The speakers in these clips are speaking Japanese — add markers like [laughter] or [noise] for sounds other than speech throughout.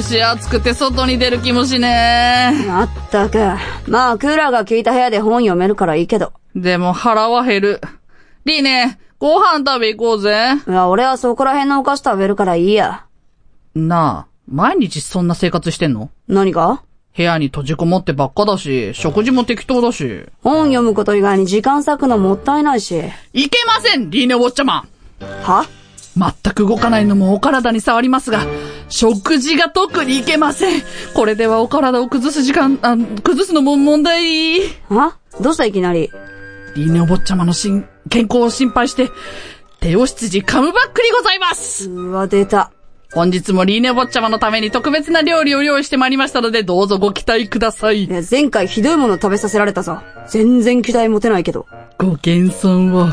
し暑くて外に出る気もしねまったく。まあ、クーラーが効いた部屋で本読めるからいいけど。え。でも腹は減る。リーネ、ご飯食べ行こうぜ。いや、俺はそこら辺のお菓子食べるからいいや。なあ、毎日そんな生活してんの何か部屋に閉じこもってばっかだし、食事も適当だし。本読むこと以外に時間割くのもったいないし。いけません、リーネウォッチャマンは全く動かないのもお体に触りますが、食事が特にいけません。これではお体を崩す時間、あ、崩すのも問題。リはどうしたいきなり。ーネお坊ちゃまの心健康を心配して、手を羊カムバックにございます。うわ、出た。本日もリーネお坊ちゃまのために特別な料理を用意してまいりましたので、どうぞご期待くださいい。や、前回ひどいもの食べさせられたさ。全然期待持てないけど。ご謙遜を。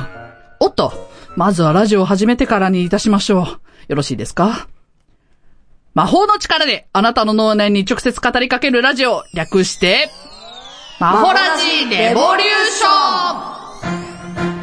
おっと、まずはラジオを始めてからにいたしましょう。よろしいですか魔法の力であなたの脳内に直接語りかけるラジオ、略して、魔法ラジレボリューション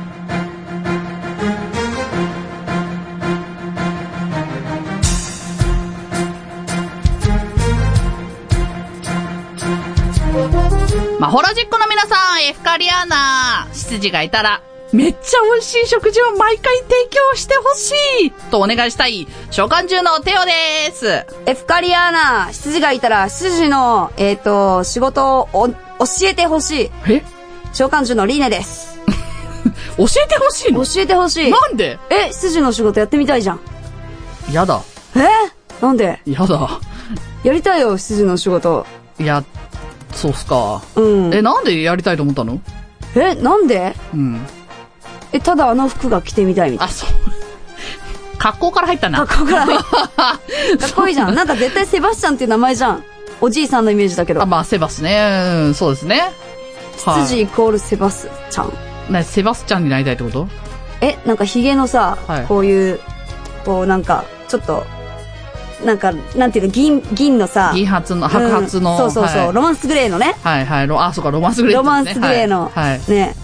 マホラジックの皆さん、エフカリアーナ執事がいたら、めっちゃ美味しい食事を毎回提供してほしいとお願いしたい、召喚中のテオです。エフカリアーナ、執事がいたら、執事の、えっ、と、仕事をお教えてほしい。え召喚中のリーネです。教えてほしいの教えてほしい。なんでえ、執事の仕事やってみたいじゃん。やだ。えなんでやだ。やりたいよ、執事の仕事。いや、そうっすか。うん。え、なんでやりたいと思ったのえ、なんでうん。え、ただあの服が着てみたいみたい。あ、そう。格好から入 [laughs] ったな。かっこよくないかっこいいじゃん。なんか絶対セバスチャンっていう名前じゃん。おじいさんのイメージだけあ、ど。まあ、セバスね。うん、そうですね。はい羊イコールセバスチャン。なセバスチャンになりたいってことえ、なんかヒゲのさ、はいこういう、こうなんか、ちょっと、なんか、なんていうの、銀、銀のさ、銀髪の、白髪の。うんそうそうそう、はいロマンスグレーのね。はいはい。ロあ、そうか、ロマンスグレーロってマやンつね、スグレーの、はい。はいね、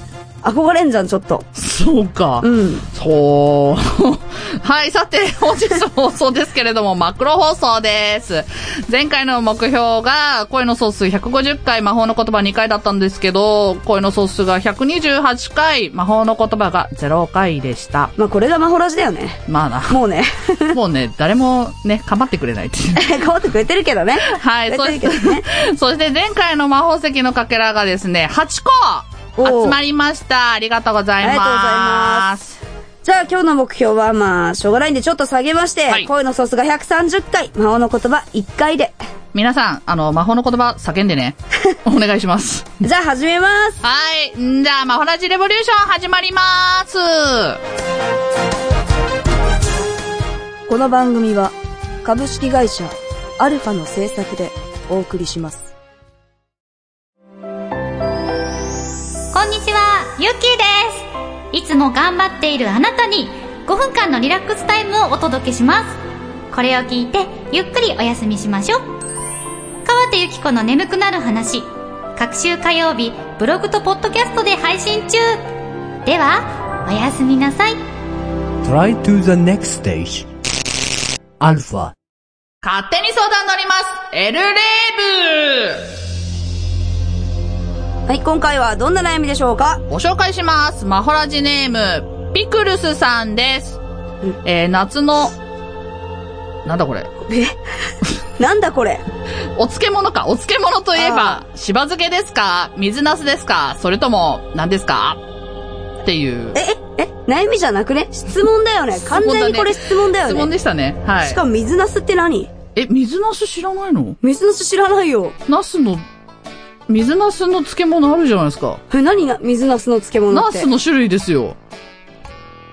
憧れんじゃん、ちょっと。そうか。うん。そう。 [laughs] はい、さて、本日の放送ですけれども、マクロ放送です。前回の目標が、声の総数150回、魔法の言葉2回だったんですけど、声の総数が128回、魔法の言葉が0回でした。まあ、これがマホラジだよね。まあもうね。 [laughs] な、 [laughs] もうね、誰もね、構ってくれないっていう。変わってくれてるけどね。はい、そくれしてるけどね。 [laughs] そして前回の魔法石のかけらがですね、8お個う集まりました。ありがとうございます。ありがとうございます。じゃあ今日の目標はまあ、しょうがないんでちょっと下げまして、はい恋のソースが130回、魔王の言葉1回で。皆さん、あの、魔法の言葉叫んで [laughs] ね。お願いします。じゃあ始めます。はい。んじゃあ、魔法ラジレボリューション始まります。この番組は、株式会社、アルファの制作でお送りします。こんにちは、ゆっきーです。いつも頑張っているあなたに5分間のリラックスタイムをお届けします。これを聞いてゆっくりお休みしましょう。川手ゆき子の眠くなる話、各週火曜日ブログとポッドキャストで配信中。では、おやすみなさい。 Try to the next stage. Alpha. 勝手に相談乗ります。エルレーはい、今回はどんな悩みでしょうかブご紹介します。マホラジネーム、ピクルスさんです。えー、夏の、なんだこれ。 [laughs] なんだこれお漬物か。お漬物といえば、しば漬けですか水なすですかそれとも、何ですかっていうえ、。え、え、悩みじゃなくね質問だよね。完全にこれ質問だよね。質問でしたね。はい。しかも水ナスって何え、水なす知らないの水ナス知らないよ。ナスの、水ナスの漬物あるじゃないですか。え、何が水ナスの漬物ナって。スの種類ですよ。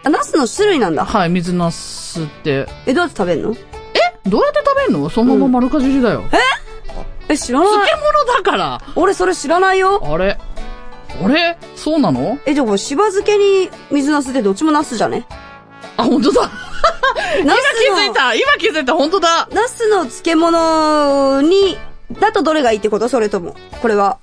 あ、ナスの種類なんだ。はい、水ナスって。え、どうやって食べるどのうやって食べんのそのまま丸かじりだよ。ええ、知らない。漬物だから俺それ知らないよ。あれあれそうなのえ、じゃあこれ、しば漬けに水ナスってどっちもナスじゃねあ、本当だ [laughs] [laughs] ナ今気スづいの、た今気づいた本当だナスの漬物に、だとどれがいいってことそれとも。これは。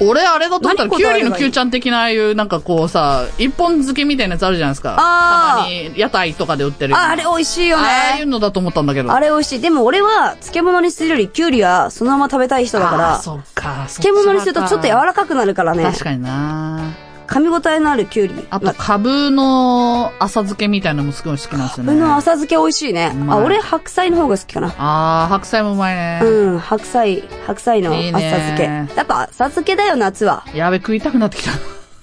俺、あれだと思ったら、何キュウリの答えればいいキュウちゃん的な、ああいう、なんかこうさ、一本漬けみたいなやつあるじゃないですか。あーたまに、屋台とかで売ってるようなあ、あれ美味しいよああいうね。のだと思ったんだけど。あれ美味しい。でも俺は、漬物にするより、キュウリはそのまま食べたい人だかあーら、そっか。漬物にするとちょっと柔からかくなるからね。確かにな噛み応えのあるキュウリ。あと、カブの浅漬けみたいなのもすごい好きなんですよね。俺の浅漬け美味しいねう。まあ、い俺白菜の方が好きかな。あー、白菜もうまいね。うん、白菜、白菜のいい浅ね漬け。やっぱ浅漬けだよ、夏は。やべ、食いたくなってきた。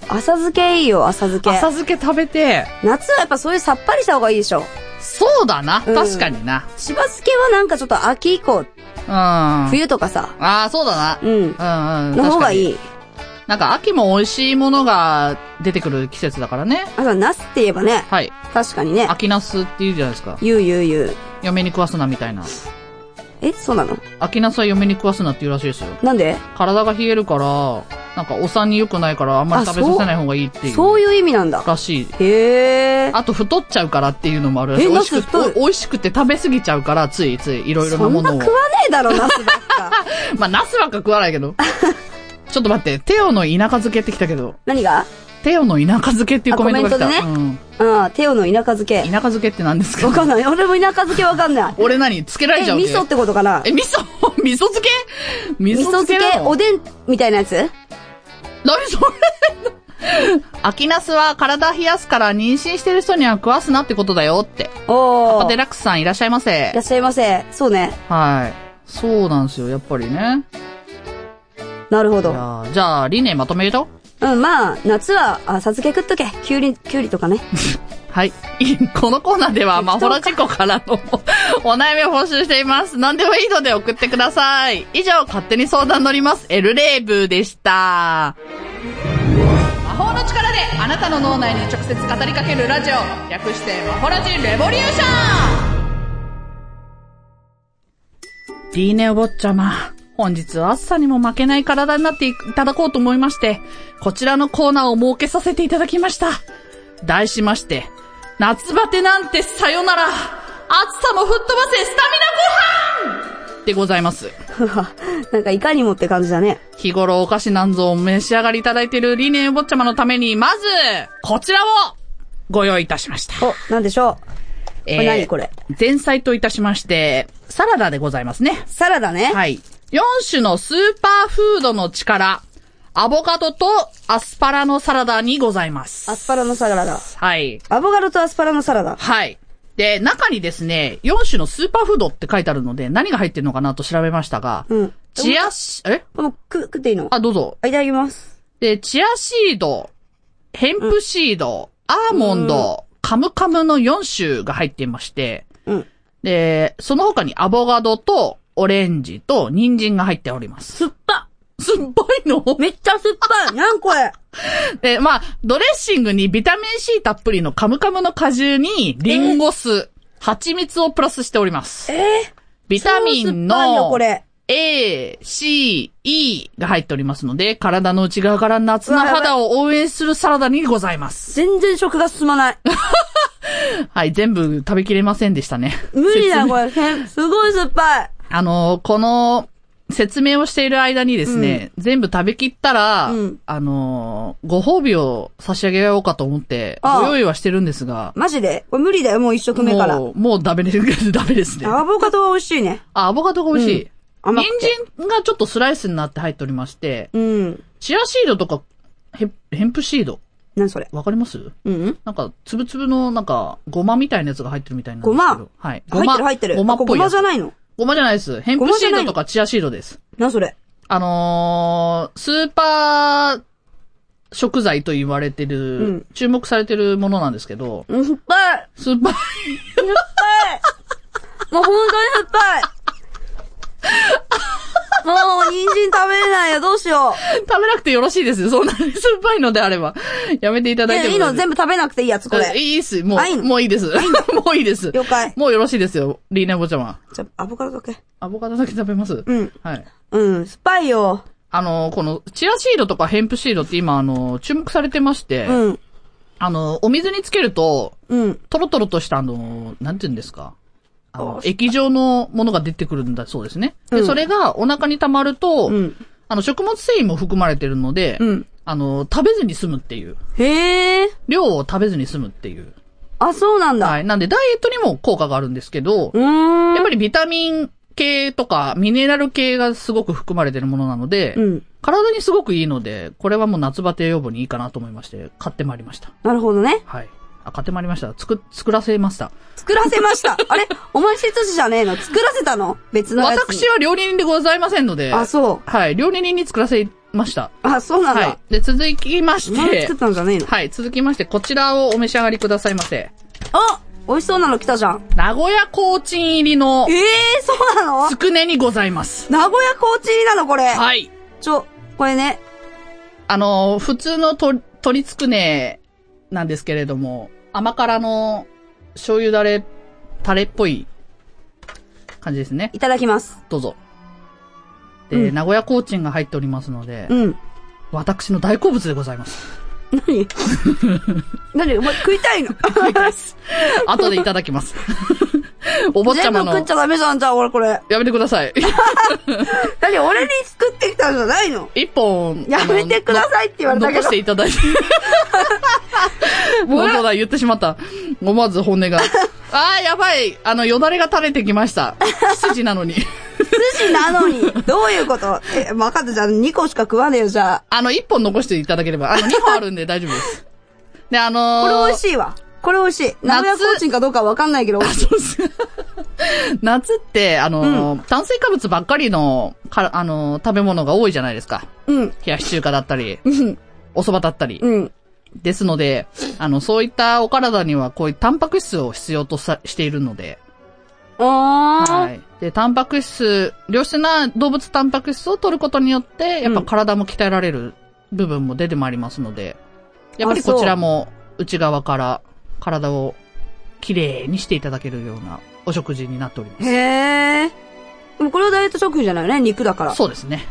浅漬けいいよ、浅漬け。浅漬け食べて、夏はやっぱそういうさっぱりした方がいいでしょ。そうだな。うん確かにな。しば漬けはなんかちょっと秋以降、うん。あ冬とかさ、ー、そうだな。うん、うんうん。の方がいい。い。なんか秋も美味しいものが出てくる季節だからね。あと、ナスって言えばね、はい。確かにね、秋ナスって言うじゃないですか。ゆうゆうゆう。嫁に食わすなみたいな。え、そうなの秋ナスは嫁に食わすなって言うらしいですよ。なんで体が冷えるから、なんかお産に良くないからあんまり食べさせない方がいいっていう。そういう意味なんだ。らしい。へえ。あと太っちゃうからっていうのもあるらしい。え美味しくナス太いて、お美味しくて食べ過ぎちゃうから、ついついいろいろなそもんなの食をわね。えだろ、ナスばっ [laughs] か。まあ、ナスばっか食わないけ [laughs] ど。ちょっと待って、テオの田舎漬けってきたけど、何がテオの田舎漬けっていうコメントが来た。あコメンうん。うん、テオの田舎漬田け。舎漬けって何ですわかかんない。俺も田舎漬けわかんない。俺何つけらえ、れちゃう味噌ってことかなえ、味噌味噌 [laughs] 漬け味味噌噌漬漬けけな、のおでん、みたいなやつ何それ秋ナスは体冷やすから妊娠してる人には食わすなってことだよって。おパー。デいラックスさんいらっしゃいませらっ。しゃいませ。そうね。はい。そうなんですよ、やっぱりね。なるほいやど。ーじゃあ、理念まとめるとうん、まあ、夏は、あ、さ漬け食っとけ。きゅうり、きゅうりとかね。 [laughs] はい。 [laughs] このコーナーでは、マホラ事故からのお悩みを募集しています。何でもいいので送ってください。以上、勝手に相談乗ります。エルレーブでした。魔法の力であなたの脳内に直接語りかけるラジオ。略して、マホラジレボリューションディーネお坊ちゃま。本日は暑さにも負けない体になっていただこうと思いまして、こちらのコーナーを設けさせていただきました。題しまして、夏バテなんてさよなら、暑さも吹っ飛ばせスタミナご飯でございます。ふわなんか、いかにもって感じだね。日頃お菓子なんぞを召し上がりいただいている理念お坊ちゃまのために、まず、こちらをご用意いたしました。お、なんでしょう。これ何これ前菜といたしまして、サラダでございますね。サラダね。はい。4種のスーパーフードの力、アボカドとアスパラのサラダにございます。アスパラのサラダ。はい。アボカドとアスパラのサラダ。はい。で、中にですね、4種のスーパーフードって書いてあるので、何が入ってるのかなと調べましたが、うん。チアシ、えもう、く、食っていいのあ、あ、どうぞ。いただきます。で、チアシード、ヘンプシード、アーモンド、カムカムの4種が入っていまして、うん。で、その他にアボカドと、オレンジと、人参が入っております。酸っぱ酸っぱいのめっちゃ酸っぱいなんこれで、まあ、ドレッシングにビタミン C たっぷりのカムカムの果汁に、リンゴ酢、蜂蜜をプラスしております。えー、ビタミン超酸っぱいよ、のこ、れ。 A, C, E が入っておりますので、体の内側から夏の肌を応援するサラダにございます。全然食が進 [laughs] まない。はい、全部食べきれませんでしたね。無理だ、説明これ。すごい酸っぱい。あの、この、説明をしている間にですね、全部食べきったら、うんあの、ご褒美を差し上げようかと思って、ああご用意はしてるんですが、マジでこれ無理だよ、もう一食目から。もう、もうダメです、 [laughs] ダメですね。あ、アボカドは美味しいね。アボカドが美味しい。甘人くて。参がちょっとスライスになって入っておりまして、うん。チアシードとか、ヘヘンプシード、何それわかりますうんなんか、つぶつぶの、なんか、ごまみたいなやつが入ってるみたいなんですけど。ごまはい。ご入っま。てる入ってる。ごまっぽいあこれごまやつじゃないのごまじゃないです。ヘンごプまシじゃーないドのとかチアシードです。何それあのー、スーパー食材と言われてる、うん注目されてるものなんですけど、うん、酸っぱいスーパー、酸っぱいもう本当に酸っぱい [laughs] もう、人参食べれないよ、どうしよう。食べなくてよろしいですよ。そんなに酸っぱいのであれば。やめていただいねてもいいの全部食べなくていいやつ、こえれ。いいっす。もあいいのう、もういいです。 [laughs] もういいです。了解。もうよろしいですよ。リーナボちゃま。じゃあ、アボカドだけ。アボカドだけ食べます。うん。はい。うん、酸っぱいよ。あの、この、チアシードとかヘンプシードって今、あの、注目されてまして、うん、あの、お水につけると、うん。トロトロとしたあの、なんて言うんですか。あのあ、液状のものが出てくるんだそうですね。うで、んそれがお腹に溜まると、うん。あの、食物繊維も含まれてるので、うん。あの、食べずに済むっていう。へえ。量を食べずに済むっていう。あ、そうなんだ。はい。なんで、ダイエットにも効果があるんですけど、うーん。やっぱりビタミン系とかミネラル系がすごく含まれてるものなので、うん。体にすごくいいので、これはもう夏バテ予防にいいかなと思いまして、買ってまいりました。なるほどね。はい。あ、買ってまいりました。作、作らせました。作らせま [laughs] した。あれお前執事じゃねえの作らせたの別のやつに。私は料理人でございませんので、あ、そう。はい。料理人に作らせました。あ、そうなんはだ。い。で、続きまおし前がて作っ、たんじゃねえのはい。続きまして、こちらをお召し上がりくださいませ。あ美味しそうなの来たじゃん。名古屋コーチン入りのええー、そうなのつくねにございます。名古屋コーチ入りなのこれ。はい。ちょ、これね。あの、普通のと鶏つくねなんですけれども、甘辛の醤油だれ、タレっぽい感じですね。いただきます。どうぞ。で、うん名古屋コーチンが入っておりますので、うん。私の大好物でございます。 [laughs] 何何お前食いたいの後でいただきます。 [laughs] お坊ちゃ全部まの食っ。ちゃダメじゃん、じゃあ俺これ。やめてください。 [laughs] 何俺に作ってきたんじゃないの一本。やめてくださいって言われたけ残どし。ていただい [laughs] て。本当だ、言ってしまった。思わず本 [laughs] 音が。あー、やばい。あの、よだれが垂れてきました。筋なのに。寿司なのに、どういうことえ、分かった、じゃあ2個しか食わねえよ、じゃあ。あの、一本残していただければ。あの、二本あるんで大丈夫です。で、あのー、これ美味しいわ。これ美味しい。名古屋コーチンかどうか分かんないけど、美味しい。 [laughs] 夏って、あのー、炭水化物ばっかりの、かあのー、食べ物が多いじゃないですか。うん。冷やし中華だったり、うん。お蕎麦だったり。うん。ですので、あの、そういったお体には、こういうタンパク質を必要とさ、しているので。あー。はい。で、タンパク質、良質な動物タンパク質を取ることによって、やっぱ体も鍛えられる部分も出てまいりますので、やっぱりあそうこちらも内側から体をきれいにしていただけるようなお食事になっておりまへー。でもこれはダイエット食品じゃないよね、肉だからす。。そうですね。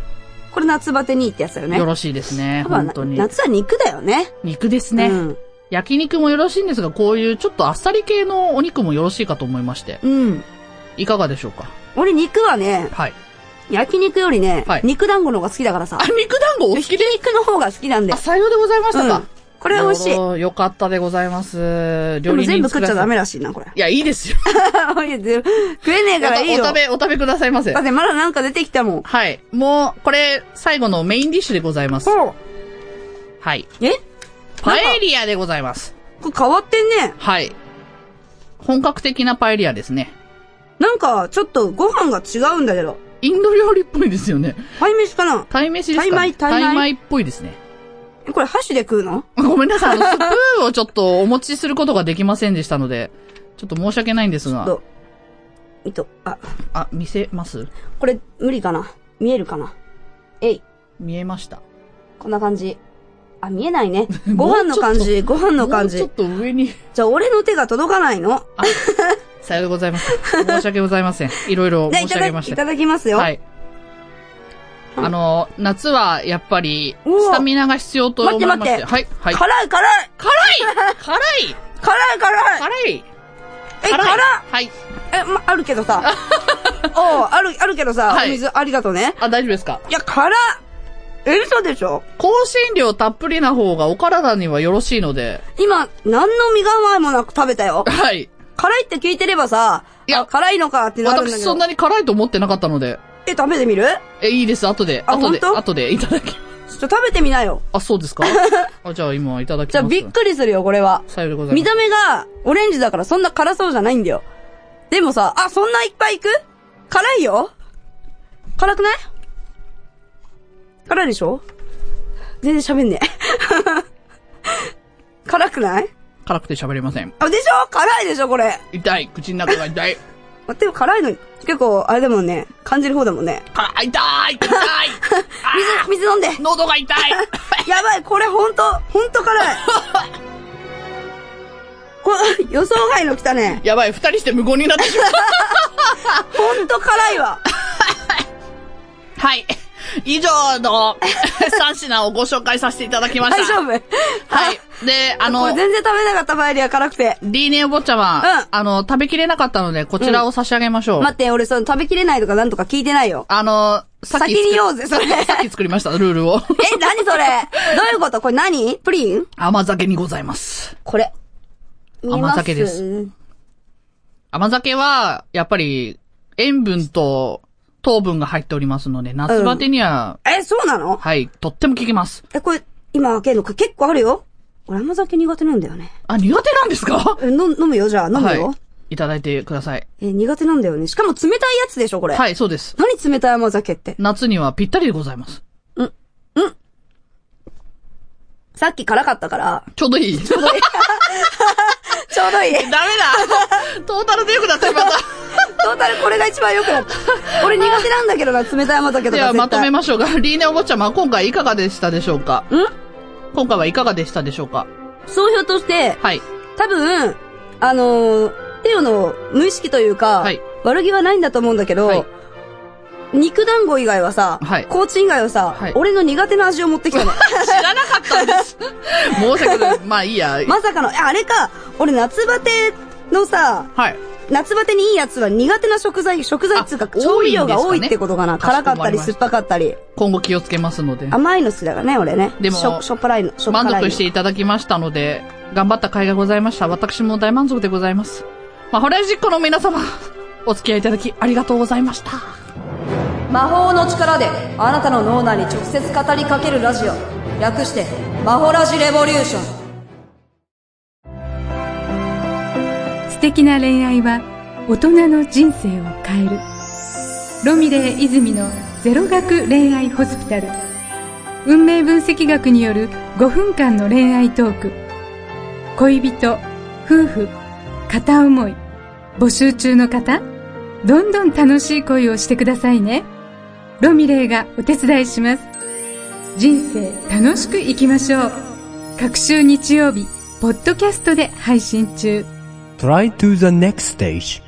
これ夏バテにいいってやつだよね。よろしいですね。多分本当に。夏は肉だよね。肉ですね、うん。焼肉もよろしいんですが、こういうちょっとあっさり系のお肉もよろしいかと思いまして。うん。いかがでしょうか俺肉はね、はい。焼肉よりね、はい肉団子の方が好きだからさあ、。肉団子お好きひきで肉の方が好きなんであ、。採用でございましたか、うんこれ美味しい。い。よかったでございます。で料理も人全部食っちゃダメだ。らしいな、これ。いや、いいですよ。いやでも [laughs] 食えねえからいいよ。おだ食っべ、お食べくださいませ。てまだなんか出てきたもん。はい。もう、これ、最後のメインディッシュでございます。ほう。はい。えパエリアでございます。これ変わってんね。はい。本格的なパエリアですね。なんか、ちょっとご飯が違うんだけど。インド料理っぽいですよね。パイ飯かなタイ飯ですか、ね、タイ米タイ米っぽいですね。えこれ箸で食うのごめんなさい。あ [laughs] の、スプーンをちょっとお持ちすることができませんでしたので、ちょっと申し訳ないんですが。どういと、あ、あ、見せますこれ無理かな見えるかなえい。見えました。こんな感じ。あ、見えな [laughs] いね。ご飯の感じ、ご飯の感もじう。ちょっと上に。じゃあ、俺の手が届かないの。さようでございます。申し訳ございません。いろいろじゃあ、申いした上だげまき、しいたた。だきますよ。はい。あの、夏はやっぱり、うわスタミナが必要と思いま待っしてて。待はい、はい。辛辛い、辛いい辛い辛い、辛い [laughs] 辛いえ、辛いはい。え、ま、あるけどさ。 [laughs] おうある、あるけどさ、はいお水ありがとうね。あ、大丈夫ですかいや、辛っえ、嘘でしょ香辛料たっぷりな方がお体にはよろしいので、今、何の身構えもなく食べ [laughs] たよ。はい。辛いって聞いてればさ、いやあ辛いのかってなるんだけど。私そんなに辛いと思ってなかったので、え、食べてみるえ、いいです、後で、あ後で、本当後でいただき。ちょっと食べてみなよ。あ、そうです [laughs] かあ、じゃあ今いただきます。じゃあ、びっくりするよ、これは。さようでござい見ます。た目が、オレンジだからそんな辛そうじゃないんだよ。でもさ、あ、そんないっぱいいく辛いよ辛くない辛いでしょ全然喋んねえ。 [laughs] 辛くない辛くて喋れません。あ、でしょ辛いでしょこれ。痛い口の中が痛い待ってよ、辛いの、結構、あれだもんね。感じる方だもんね。辛い痛 [laughs] い痛いあ水飲んでー喉が痛いやばい、これほんと、ほんと辛い。 [laughs] こ予想外の来たね。 [laughs] やばい、二人して無言になってしまっほんと辛いわ。た。 [laughs] はい。以上 [laughs] の三品をご紹介させていただきました。大丈夫。はい。で、あこれの、全然食べなかったパエリア辛くて。 D ネお坊ちゃま、うんあの、食べきれなかったので、こちらを差し上げましょう。 [laughs] 待って、俺その食べきれないとかなんとか聞いてないよ。あの、さっき先に言おうぜ、そ [laughs] れ。さっき作りました、ルールを。 [laughs] え、何それどういうことこれ何プリン甘酒にございます。これ。見えま甘す酒です。甘酒は、やっぱり、塩分と糖分が入っておりますので、夏バテには、え、そうなのはい、とっても効きます。え、これ、今開けるのこれ結構あるよ。俺甘酒苦手なんだよね。あ、苦手なんですかえ、の飲むよ、じゃあ、飲むよ。はい。いただいてください。え、苦手なんだよね。しかも冷たいやつでしょ、これ。はい、そうです。何冷たい甘酒って。夏にはぴったりでございます。さっき辛かっ [laughs] たから、ちょうどいい。ダメちょうどいい。だ [laughs] トータルでよくなった、また。トータルこれが一番良くなった。俺苦手なん [laughs] だけどな、冷たい甘酒でとか絶対。はまとめましょうか。リーネお坊ちゃま、今回いかがでしたでしょうかん今回はいかがでしたでしょうか総評として、 [laughs] はい。多分、あのー、テオの無意識というか、はい悪気はないんだと思うんだけど、はい肉団子以外はさ、はいコーチ以外はさ、はい俺の苦手な味を持ってきたの。知らなかったんです。申し訳ない。まあいいや。まさかの、えあれか、俺夏バテのさ、はい。夏バテにいいやつは苦手な食材、食材っつうかあ調味料が多多いんですかねいってことかな。かしこま辛りかったりました酸っぱかったり。今後気をつけますので。甘いの好きだからね、俺ね。でもしょ、しょっぱらいの、しょっぱ満らいの。足していただきましたので、頑張った甲斐がございました。私も大満足でございます。まあ、ホラジックの皆様、お付き合いいただきありがとうございました。魔法の力であなたの脳内に直接語りかけるラジオ略して魔法ラジレボリューション素敵な恋愛は大人の人生を変えるロミレー泉のゼロ学恋愛ホスピタル運命分析学による5分間の恋愛トーク恋人夫婦片思い募集中の方どんどん楽しい恋をしてくださいねロミレーがお手伝いします人生楽しく生きましょう各週日曜日ポッドキャストで配信中 Try to the next stage.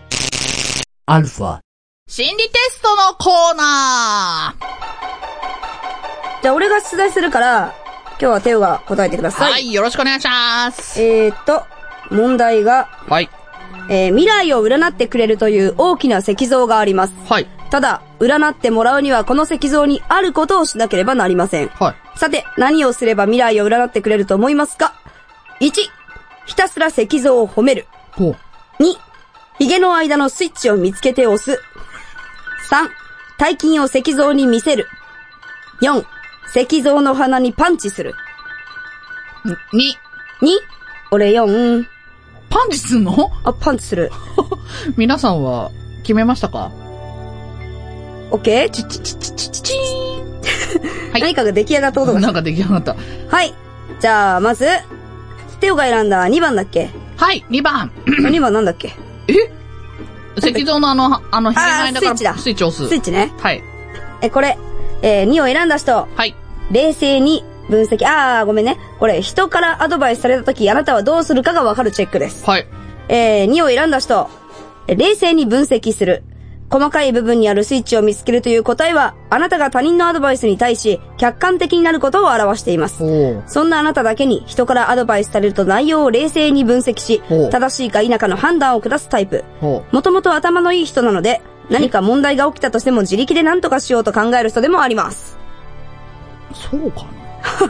Alpha. 心理テストのコーナーじゃあ俺が出題するから、今日はテオが答えてくださ。はいい、よろしくお願いします。えーっと、問題が、はい。えー未来を占ってくれるという大きな石像があります。はい。ただ、占ってもらうにはこの石像にあることをしなければなりません。はい。さて、何をすれば未来を占ってくれると思いますか ?1、ひたすら石像を褒める。ほう。 2、髭の間のスイッチを見つけて押す。3、大金を石像に見せる。4、石像の鼻にパンチする。に、 2、俺4、パンチすんのあ、パンチする。皆さんは、決めましたかオッケー、チチチチチチチーンはい何かが出来上がったことがなんか出来上がった。はい。じゃあ、まず、テオが選んだ2番だっけはい、2番。 ?2 番なんだっけ石像のあの、あの、ひげの間からスイッチだスイッチ押スイッす。チね。はい。え、これ、えー2を選んだ人、はい。冷静に分析、あー、ごめんね。これ、人からアドバイスされた時、あなたはどうするかがわかるチェックです。はい。えー2を選んだ人、え冷静に分析する。細かい部分にあるスイッチを見つけるという答えは、あなたが他人のアドバイスに対し、客観的になることを表しています。ほう。そんなあなただけに人からアドバイスされると内容を冷静に分析しほう、正しいか否かの判断を下すタイプ。ほもともと頭のいい人なので、何か問題が起きたとしても自力で何とかしようと考える人でもあります。う。そうか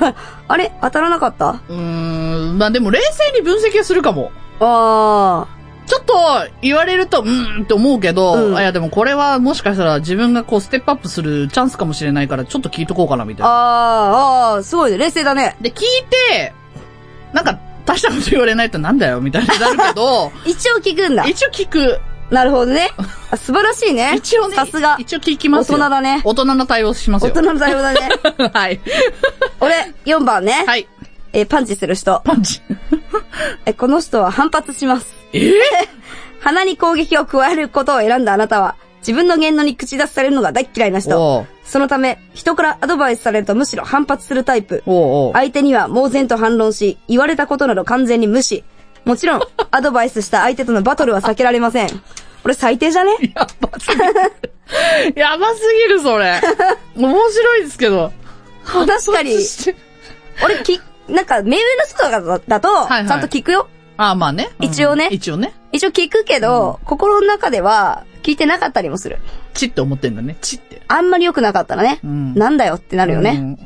なあれ当たらなかったうーん、まあでも冷静に分析はするかも。あちょっと言われると、うーんって思うけど、うんあいやでもこれはもしかしたら自分がこうステップアップするチャンスかもしれないからちょっと聞いとこうかなみあ、たいな。ああ、すごいね。冷静だね。で、聞いて、なんか大したこと言われないとなんだよみたいになるけ [laughs] ど、一応聞くんだ。一応聞く。なるほどね。あ素晴らしいね。一応ね。さすが。一応聞きますよ。大人だね大人の対応します大よ。人の対応だ [laughs] ね。はい。俺、4番ね。はい。えーパンチする人。パンチ。え、この人は反発します。ええ [laughs] 鼻に攻撃を加えることを選んだあなたは、自分の言論に口出しされるのが大嫌いな人。おうそのため、人からアドバイスされるとむしろ反発するタイプ。おうおう相手には猛然と反論し、言われたことなど完全に無視。も [laughs] ちろん、アドバイスした相手とのバトルは避けられません。俺最低じゃねやばすぎる。やばすぎる、そ [laughs] れ。面白いですけど。確かに、俺き、なんか、目上の人とかだだと、いはいちゃんと聞くよ。ああ、まあね。うん一応ね一応ね。一応聞くけど、心の中では、聞いてなかったりもする。チって思ってんだね。チって。あんまり良くなかったらね。うんなんだよってなあるよね。。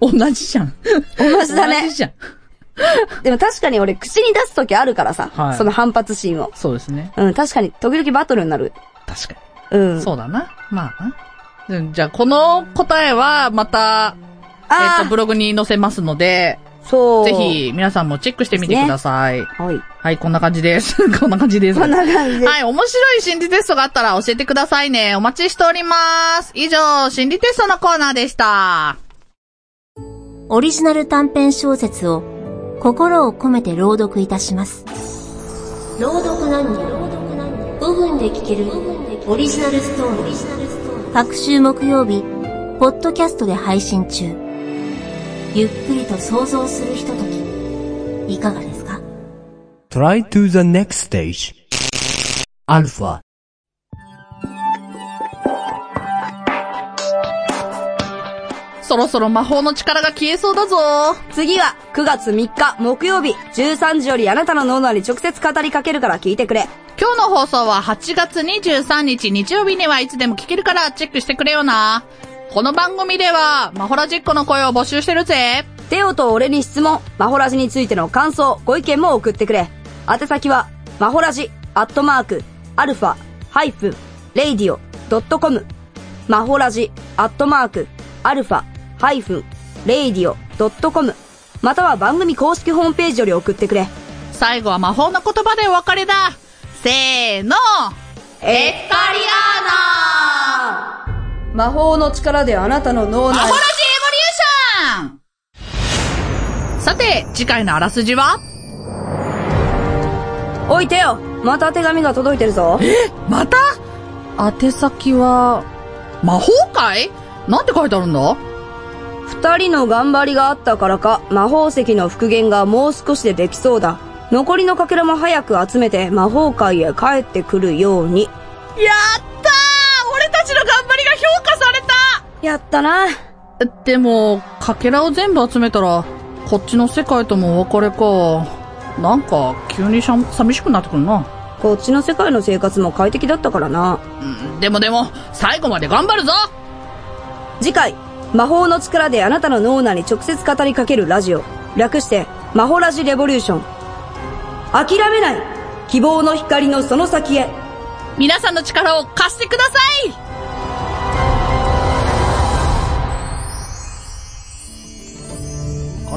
同じじゃん。 [laughs] 同じだ同ねじ。じゃん。でも確かに俺口に出すときあるからさ、はいその反発心を。そうですね。うん、確かに、時々バトルになる。確かうん。に。そうだな。まあなうんじゃあ、この答えは、また、えあっあ、と、ブログに載せますので、そう。ぜ。ひ、皆さんもチェックしてみてください。はい。はい、こんな感じです。 [laughs] こんな感じです。こんな感じで。はい、面白い心理テストがあったら教えてくださいね。お待ちしております。以上、心理テストのコーナーでした。オリジナル短編小説を心を込めて朗読いたします。朗読何人 ?5 分で聞けるオリジナルストーリー。各週木曜日、ポッドキャストで配信中。ゆっくりと想像するひととき、いかがですか Try to the next stage. Alpha. そろそろ魔法の力が消えそうだぞ。次は、9月3日木曜日、13時よりあなたの脳内に直接語りかけるから聞いてくれ。今日の放送は8月23日日曜日にはいつでも聞けるからチェックしてくれよな。この番組では、マホラジッコの声を募集してるぜ。テオと俺に質問、マホラジについての感想、ご意見も送ってくれ。宛先は、マホラジ、アットマーク、アルファ、ハイフン、レイディオ、ドットコム。マホラジ、アットマーク、アルファ、ハイフン、レイディオ、ドットコム。または番組公式ホームページより送ってくれ。最後は魔法の言葉でお別れだ。せーの。エッカリアーナ魔法の力であなたの脳マホ内ラジエボリューションさて、次回のあらすじはおい、テオまた手紙が届いてるぞ。また宛先は、魔法界なんて書いてあるんだ二人の頑張りがあったからか、魔法石の復元がもう少しでできそうだ。残りのかけらも早く集めて魔法界へ帰ってくるように。やったー俺たちの頑張りが評価されやったな。たでも、かけらを全部集めたら、こっちの世界ともお別れか。なんか、急にしゃ寂しくなってくるな。こっちの世界の生活も快適だったからな。うんでもでも、最後まで頑張るぞ次回、魔法の力であなたの脳内に直接語りかけるラジオ。略して、魔法ラジレボリューション。諦めない希望の光のその先へ皆さんの力を貸してくださいこ